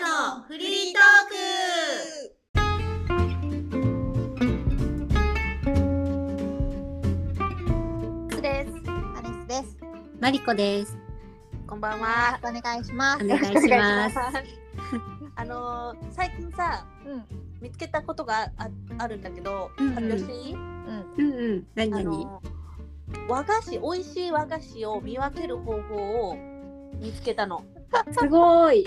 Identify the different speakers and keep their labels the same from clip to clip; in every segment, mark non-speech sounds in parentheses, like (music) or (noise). Speaker 1: のフリートーク
Speaker 2: クです。
Speaker 1: アレスです。
Speaker 2: マリコです。
Speaker 1: こんばんは。お願いします。
Speaker 2: お願いします。
Speaker 3: あのー最近さ
Speaker 1: うん
Speaker 3: 見つけたことがああるんだけど
Speaker 2: うんうん
Speaker 3: 発表していい、
Speaker 1: うん。
Speaker 2: うんうん。何
Speaker 3: あ
Speaker 2: 何？
Speaker 3: のー和菓子美味しい和菓子を見分ける方法を見つけたの
Speaker 2: すご (laughs) い。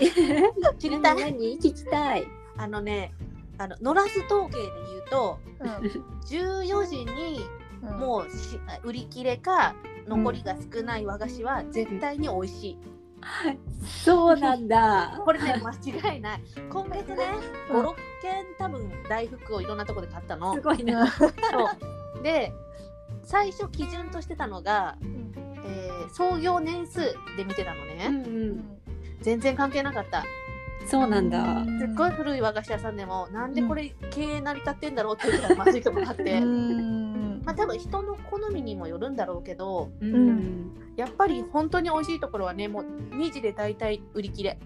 Speaker 3: 知りたい
Speaker 2: 何 (laughs) 何？聞きたい。
Speaker 3: あのねあの野良須統計で言うと14時に
Speaker 1: うん。も
Speaker 3: もうし売り切れか残りが少ない和菓子は絶対に美味しい、
Speaker 2: そうなんだ。
Speaker 3: これね間違いない今月ね
Speaker 1: うん
Speaker 3: 56件多分大福をいろんなとこで買ったの
Speaker 2: (laughs) すごいな。
Speaker 3: そうで最初基準としてたのが、
Speaker 1: ん
Speaker 3: えー創業年数で見てたの
Speaker 2: う
Speaker 3: ね、
Speaker 2: んう
Speaker 1: う。
Speaker 2: ん。
Speaker 3: 全然関係なかった
Speaker 2: そうなんだ。
Speaker 3: すっごい古い和菓子屋さんでも、なんでこれ経営成り立ってんだろうっていうぐらいまずいとこもあって、
Speaker 1: うん。
Speaker 3: まあ多分人の好みにもよるんだろうけど
Speaker 2: うんん。
Speaker 3: やっぱり本当に美味しいところはねもう2時で大体売り切れ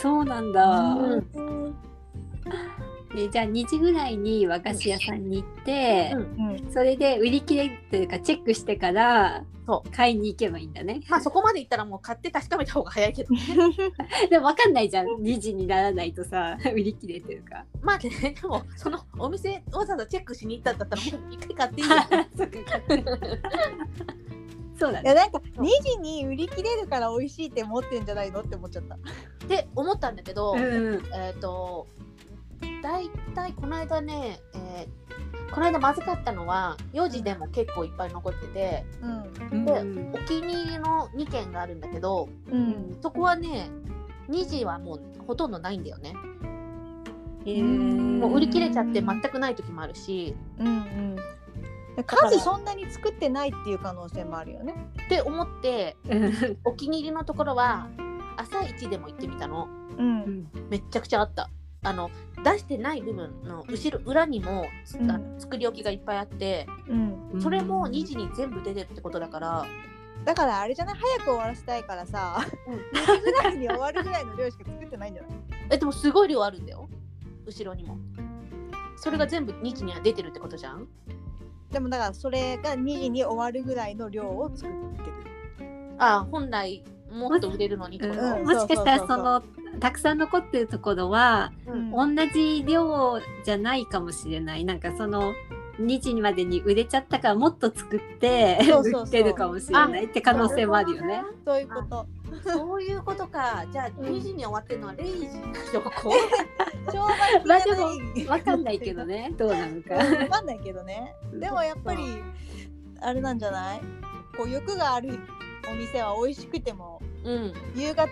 Speaker 2: そうなんだ。
Speaker 1: うん。
Speaker 2: えじゃあ2時ぐらいに和菓子屋さんに行って、
Speaker 3: うん
Speaker 1: うん。
Speaker 2: それで売り切れっていうかチェックしてから
Speaker 3: そ
Speaker 2: 買いに行けばいいんだね。
Speaker 3: まあそこまでいったらもう買って確かめた方が早いけど
Speaker 2: (laughs) でもわかんないじゃん。2時にならないとさ、 (laughs) 売り切れてるか。
Speaker 3: まあねでもそのお店わざわざチェックしに行ったんだ
Speaker 2: (laughs)
Speaker 3: ったらもう一回買っていいよ
Speaker 2: そっか。 (laughs) そうだ
Speaker 1: い
Speaker 2: ね
Speaker 1: や。なんか2時に売り切れるから美味しいって思ってんじゃないのって思っちゃった。
Speaker 3: って思ったんだけど、
Speaker 2: うん。
Speaker 3: えっ、と大体この間ね、えーこの間まずかったのは4時でも結構いっぱい残ってて
Speaker 1: うん。
Speaker 2: うん
Speaker 3: お気に入りの2軒があるんだけど
Speaker 1: うん。
Speaker 3: そこはね2時はもうほとんどないんだよね
Speaker 2: へー
Speaker 3: もう売り切れちゃって全くない時もあるし
Speaker 1: うん。うん。数そんなに作ってないっていう可能性もあるよね。
Speaker 3: って思って
Speaker 2: うん
Speaker 3: お気に入りのところは朝一でも行ってみたの
Speaker 1: うん。
Speaker 3: めっちゃくちゃあったあの出してない部分の後ろ裏にも、
Speaker 1: うん
Speaker 3: あの作り置きがいっぱいあって
Speaker 1: うん。
Speaker 3: それも2時に全部出てるってことだから、
Speaker 1: だからあれじゃない早く終わらせたいからさ、
Speaker 3: うん
Speaker 1: 2時ぐらいに終わるぐらいの量しか作ってないんじゃない
Speaker 3: えでもすごい量あるんだよ後ろにもそれが全部2時には出てるってことじゃん
Speaker 1: でもだからそれが2時に終わるぐらいの量を作ってる。
Speaker 3: ああ本来もっと売れるのにってこと、
Speaker 1: うん
Speaker 2: もしかしたらそのたくさん残ってるところは
Speaker 3: うん
Speaker 2: 同じ量じゃないかもしれないなんかその2時までに売れちゃったからもっと作って
Speaker 1: そうそうそう
Speaker 2: 売ってるかもしれないって可能性もあるよね。
Speaker 1: そういうこと。
Speaker 3: そういうことかじゃあ2時に終わってるのは0時の証拠
Speaker 1: 商売
Speaker 2: まあでも
Speaker 1: も
Speaker 2: わかんないけど。ねどうなのか。
Speaker 1: わかんないけどね。でもやっぱり
Speaker 2: そう
Speaker 1: あれなんじゃないこう欲があるお店は美味しくても
Speaker 3: (laughs) う
Speaker 1: 夕方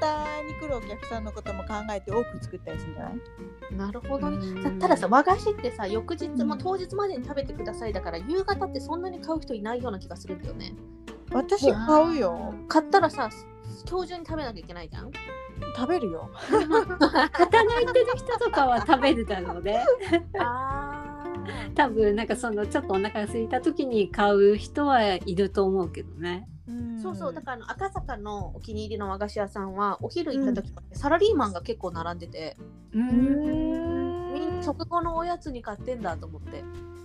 Speaker 1: に来るお客さんのことも考えて多く作ったりするんじゃない
Speaker 3: んなるほどね
Speaker 2: うん
Speaker 3: さたださ和菓子ってさ翌日も当日までに食べてくださいだから夕方ってそんなに買う人いないような気がするんだよね
Speaker 1: 私買うよ。
Speaker 3: 買ったらさ今日中に食べなきゃいけないじゃん
Speaker 1: 食べるよ。
Speaker 2: 働いてる人とかは食べるだろうね
Speaker 3: あ
Speaker 2: 多分なんかそのちょっとお腹が空いた時に買う人はいると思うけどね。
Speaker 3: (laughs) そうそうだからあの赤坂のお気に入りの和菓子屋さんはお昼行った時もね、サラリーマンが結構並んでて、
Speaker 1: らうん。
Speaker 3: みん、食後のおやつに買ってんだと思って、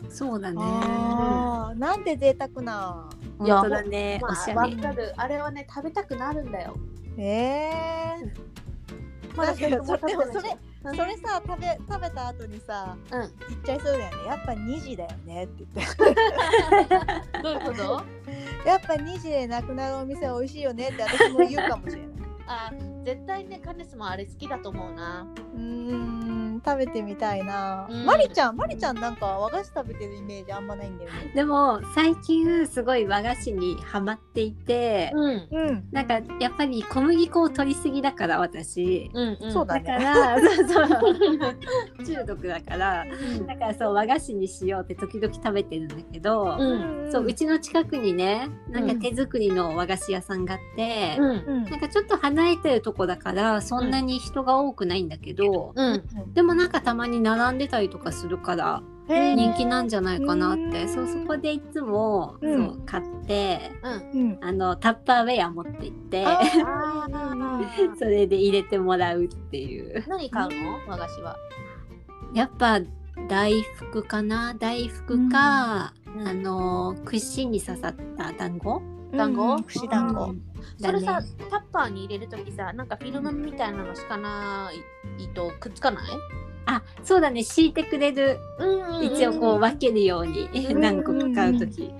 Speaker 2: そうだね。
Speaker 1: あーなんて贅沢な。
Speaker 3: いや
Speaker 2: 本当だね。
Speaker 3: ま
Speaker 2: おし
Speaker 3: あ、
Speaker 2: ゃ
Speaker 3: わ
Speaker 2: れ。
Speaker 3: かるあれはね食べたくなるんだよ
Speaker 1: ええ
Speaker 3: まだ
Speaker 1: だけど
Speaker 3: それ
Speaker 1: でもそれ
Speaker 3: うん
Speaker 1: それさ食べ食べた後にさ
Speaker 3: うん (laughs)
Speaker 1: 言っちゃいそうだよねやっぱ2時だよねって言っ
Speaker 3: どういうこと
Speaker 1: てやっぱ2時でなくなるお店は美味しいよねって私も言うかもしれない
Speaker 3: あ絶対ねカネスもあれ好きだと思うな
Speaker 1: うーん食べてみたいな、
Speaker 3: うん
Speaker 1: マリちゃんマリちゃんなんか和菓子食べてるイメージあんまないんだよね
Speaker 2: でも最近すごい和菓子にハマっていて、
Speaker 3: うん
Speaker 1: うん
Speaker 2: なんかやっぱり小麦粉を取りすぎだから私。
Speaker 3: うんうん
Speaker 1: そうだ
Speaker 2: だか
Speaker 1: ね
Speaker 2: ら、そ
Speaker 3: (laughs)
Speaker 2: うそう中毒だからだからそう和菓子にしようって時々食べてるんだけど、
Speaker 3: うん
Speaker 2: そううち
Speaker 1: ち
Speaker 2: の近くにねなんか手作りの和菓子屋さんがあって、
Speaker 3: うん
Speaker 1: うん
Speaker 2: なんかちょっと離れてるとこだからそんなに人が多くないんだけど、
Speaker 3: うん
Speaker 2: でもなんかたまに並んでたりとかするから
Speaker 1: へー
Speaker 2: 人気なんじゃないかなって、
Speaker 1: うん
Speaker 2: そうそこでいつも、
Speaker 1: うん
Speaker 2: そう買って
Speaker 3: うん。
Speaker 1: うん。
Speaker 2: あのタッパーウェア持って行って
Speaker 3: あーあー
Speaker 2: それで入れてもらうっていう
Speaker 3: 何買うの和菓子は。
Speaker 2: やっぱ大福かな大福か、
Speaker 3: うん
Speaker 2: あの串に刺さった団子
Speaker 3: 団子
Speaker 1: うん串団
Speaker 2: う
Speaker 1: 子。
Speaker 2: ん
Speaker 3: それさ
Speaker 2: だね、
Speaker 3: タッパーに入れるときさ、なんかフィルムみたいなのしかないとくっつかない
Speaker 2: あそうだね敷いてくれる
Speaker 3: うん
Speaker 2: 一応こう分けるように
Speaker 1: ん
Speaker 2: 何個か買う時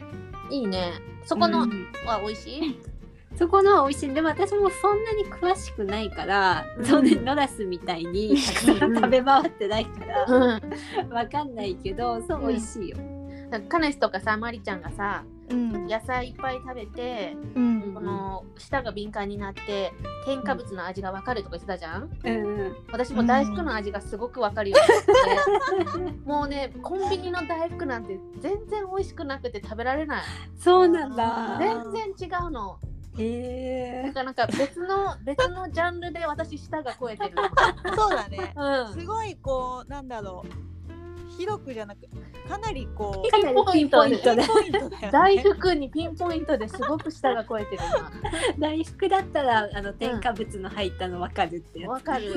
Speaker 3: う。いいね。そこの
Speaker 2: うん
Speaker 3: は美味しい
Speaker 2: そこのは美味しいでも私もそんなに詳しくないから、そうねノラスみたいにたくさん食べ回ってないから
Speaker 3: うん。
Speaker 2: わかんないけどそう美味しいよ、
Speaker 3: なんかカネスとかさ、マリちゃんがさ、
Speaker 1: うん。
Speaker 3: 野菜いっぱい食べて、
Speaker 1: うん。
Speaker 3: この舌が敏感になって添加物の味がわかるとか言ってたじゃん
Speaker 2: うんうん、
Speaker 3: 私も大福の味がすごくわかるようになって、もうねコンビニの大福なんて全然美味しくなくて食べられない
Speaker 2: そうなんだ
Speaker 1: あー
Speaker 3: 全然違うの
Speaker 2: へ
Speaker 3: な
Speaker 2: え
Speaker 3: んかなんか別の別のジャンルで私舌が超えてる
Speaker 1: そうだね。
Speaker 3: うん
Speaker 1: すごいこうなんだろう広くじゃなくかなりこう
Speaker 2: かなりピンポイント
Speaker 1: ピ
Speaker 2: で
Speaker 1: ンポイントだよね。
Speaker 3: 大福にピンポイントですごく舌が超えてる
Speaker 2: 大福だったらあの添加物の入ったのわかるって
Speaker 3: 今
Speaker 2: や
Speaker 3: わかる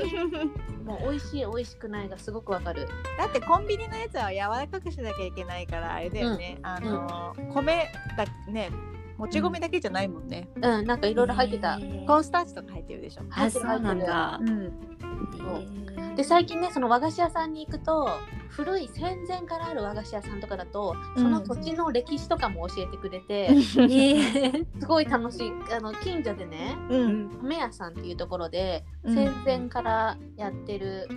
Speaker 3: もう美味しい美味しくないがすごくわかる
Speaker 1: だってコンビニのやつは柔らかくしなきゃいけないからあれだよね、あのー米だねもち米だけじゃないもんね、
Speaker 3: うんなんかい
Speaker 2: つ
Speaker 3: ろいろ入ってた、
Speaker 1: コーンスターチとか入ってるでしょ、
Speaker 2: あそうなんだ
Speaker 1: うん、
Speaker 2: へー
Speaker 3: で最近ねその和菓子屋さんに行くと古い戦前からある和菓子屋さんとかだとその土地の歴史とかも教えてくれて、
Speaker 2: へえ
Speaker 3: すごい楽しいあの近所でね
Speaker 1: うん
Speaker 3: 米屋さんっていうところで
Speaker 1: うん
Speaker 3: 戦前からやってる、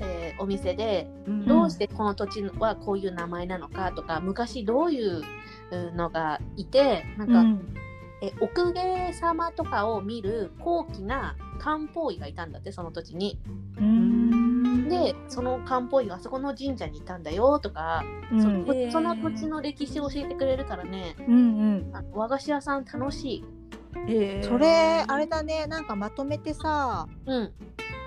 Speaker 3: えーお店で
Speaker 1: う
Speaker 3: (laughs)
Speaker 1: ん
Speaker 3: どうしてこの土地はこういう名前なのかとか昔どういううんのがいてなんか、
Speaker 1: うん
Speaker 3: え奥芸様とかを見る高貴な漢方医がいたんだってその土地に。
Speaker 1: うん
Speaker 3: でその漢方医があそこの神社にいたんだよとか、
Speaker 1: うん
Speaker 3: その
Speaker 2: へー
Speaker 3: その土地の歴史を教えてくれるからね
Speaker 1: うん
Speaker 3: あの和菓子屋さん楽しい、
Speaker 1: うん、それあれだねなんかまとめてさ
Speaker 3: うん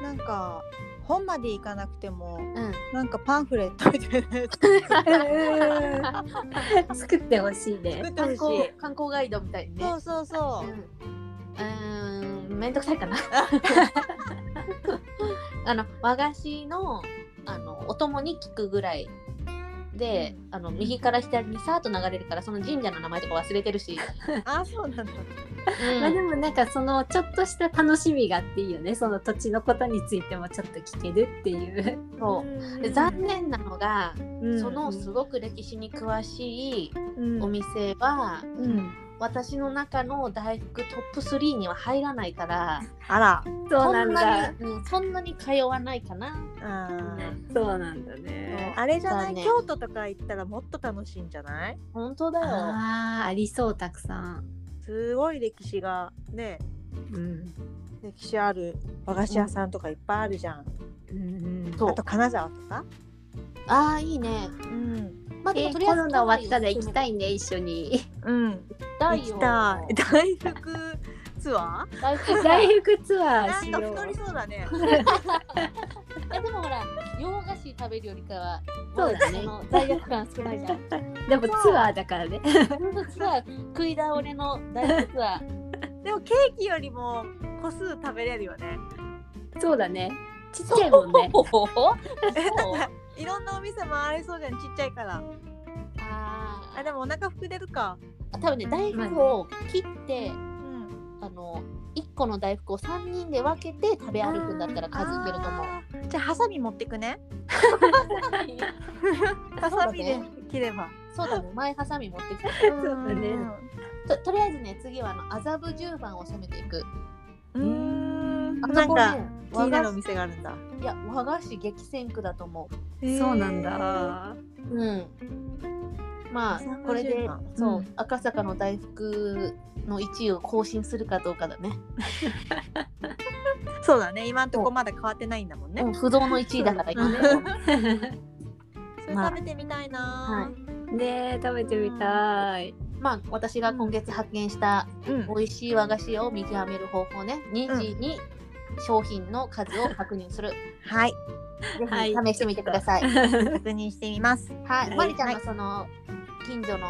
Speaker 1: なんか本まで行かなくても
Speaker 3: うん、
Speaker 1: なんかパンフレットみたいなやつ
Speaker 2: うん (laughs) 作ってほしいね
Speaker 1: 作って
Speaker 3: 観
Speaker 1: ほし
Speaker 3: 光
Speaker 1: い
Speaker 3: 観光ガイドみたいにね
Speaker 1: そうそうそううん
Speaker 3: うーんめんどくさいか
Speaker 1: (laughs)
Speaker 3: なあの和菓子のあのお供に聞くぐらいであの右から左にさーっと流れるからその神社の名前とか忘れてる
Speaker 1: (laughs)
Speaker 3: し、
Speaker 1: あそうなんだ
Speaker 2: まあでもなんかそのちょっとした楽しみがあっていいよねその土地のことについてもちょっと聞けるっていう、 (laughs)
Speaker 3: そううんで残念なのが、
Speaker 1: うん
Speaker 3: そのすごく歴史に詳しい
Speaker 1: うん
Speaker 3: お店は、
Speaker 1: うん
Speaker 3: 私の中の大福トップ3には入らないから
Speaker 1: あら
Speaker 2: そうなんだ
Speaker 3: そんなに、うんそんなに通わないかな
Speaker 1: あー
Speaker 2: そうなんだね
Speaker 1: あれじゃない、
Speaker 3: だね
Speaker 1: 京都とか行ったらもっと楽しいんじゃない
Speaker 3: 本当だよ
Speaker 2: あーありそうたくさん、
Speaker 1: すごい歴史がね
Speaker 2: うん
Speaker 1: 歴史ある和菓子屋さんとかいっぱいあるじゃん、
Speaker 2: うんうん、
Speaker 3: そう
Speaker 1: あと金沢とか
Speaker 3: ああいいね
Speaker 1: うん
Speaker 3: まあ
Speaker 2: え
Speaker 3: でもとりあ
Speaker 2: コ
Speaker 3: えず
Speaker 2: ロナ終わったら行きたいね一緒 (laughs) に
Speaker 1: うん
Speaker 3: だ
Speaker 1: 行
Speaker 3: よ
Speaker 1: きたい大福ツア
Speaker 3: 大福
Speaker 2: 大 (laughs) 福ツア
Speaker 1: ー
Speaker 2: ー
Speaker 1: な
Speaker 2: し
Speaker 1: ん
Speaker 2: よ
Speaker 1: か
Speaker 2: う
Speaker 1: 太りそう
Speaker 3: (laughs)
Speaker 1: だね
Speaker 3: えでもほら洋菓子食べるよりかは
Speaker 2: そうだね
Speaker 3: あの罪悪感少ないじゃん
Speaker 2: でもツアーだからね
Speaker 3: 実は食い倒れの大福は
Speaker 1: でもケーキよりも個数食べれるよね
Speaker 2: (laughs) そうだねちっちゃいもんね
Speaker 1: いろんなお店回れそうじゃんちっちゃいから
Speaker 3: あ
Speaker 1: あでもお腹膨れるか
Speaker 3: あ多分ね大福を切って
Speaker 1: うん
Speaker 3: あの1個の大福を3人で分けて食べ歩くんだったら数いけると思う。
Speaker 1: あーじゃあハサミ持って
Speaker 3: (laughs)
Speaker 1: くねハサミで切れば
Speaker 3: そうだね、前ハサミ持ってきた。
Speaker 1: (laughs) そう
Speaker 2: だね
Speaker 3: ととりあえずね、次はあの麻布十番を攻めていく。
Speaker 1: うん
Speaker 3: あ
Speaker 1: な
Speaker 3: そ
Speaker 1: ん
Speaker 3: こ
Speaker 1: か
Speaker 3: ね、
Speaker 1: 気に
Speaker 3: 和
Speaker 1: なる
Speaker 3: 菓
Speaker 1: お店があるんだ。
Speaker 3: 子いや和菓子激戦区だと思
Speaker 2: そうなん。 (laughs) だ
Speaker 3: う。うん。まあ
Speaker 1: 麻布十番
Speaker 3: これで、そう、
Speaker 1: うん
Speaker 3: 赤坂の大福の1位を更新するかどうかだね。
Speaker 1: そうだね。今んとこまだ変わってないんだもんね。
Speaker 3: うん不動の1位だから今ね。
Speaker 1: それ食べてみたいな。
Speaker 2: ねえ食べてみたい、
Speaker 3: (laughs) まあ私が今月発見した
Speaker 1: うん。
Speaker 3: 美味しい和菓子を見極める方法ね。2時に商品の数を確認する。
Speaker 1: (laughs) はい。
Speaker 3: ぜ
Speaker 2: はい
Speaker 3: ひ試してみてください。
Speaker 1: 確認してみます。
Speaker 3: はいい、まりちゃん
Speaker 1: は
Speaker 3: のその近所の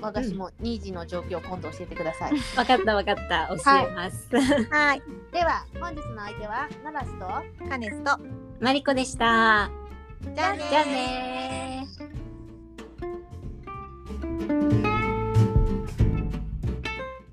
Speaker 3: 和菓子も2時の状況を今度教えてくださ (laughs) い。
Speaker 2: わかったわかった。教えます。
Speaker 1: はい。
Speaker 3: では本日の相手はナラスと
Speaker 1: カネスと。
Speaker 2: マリコでした。
Speaker 1: じゃあね
Speaker 2: じゃあねー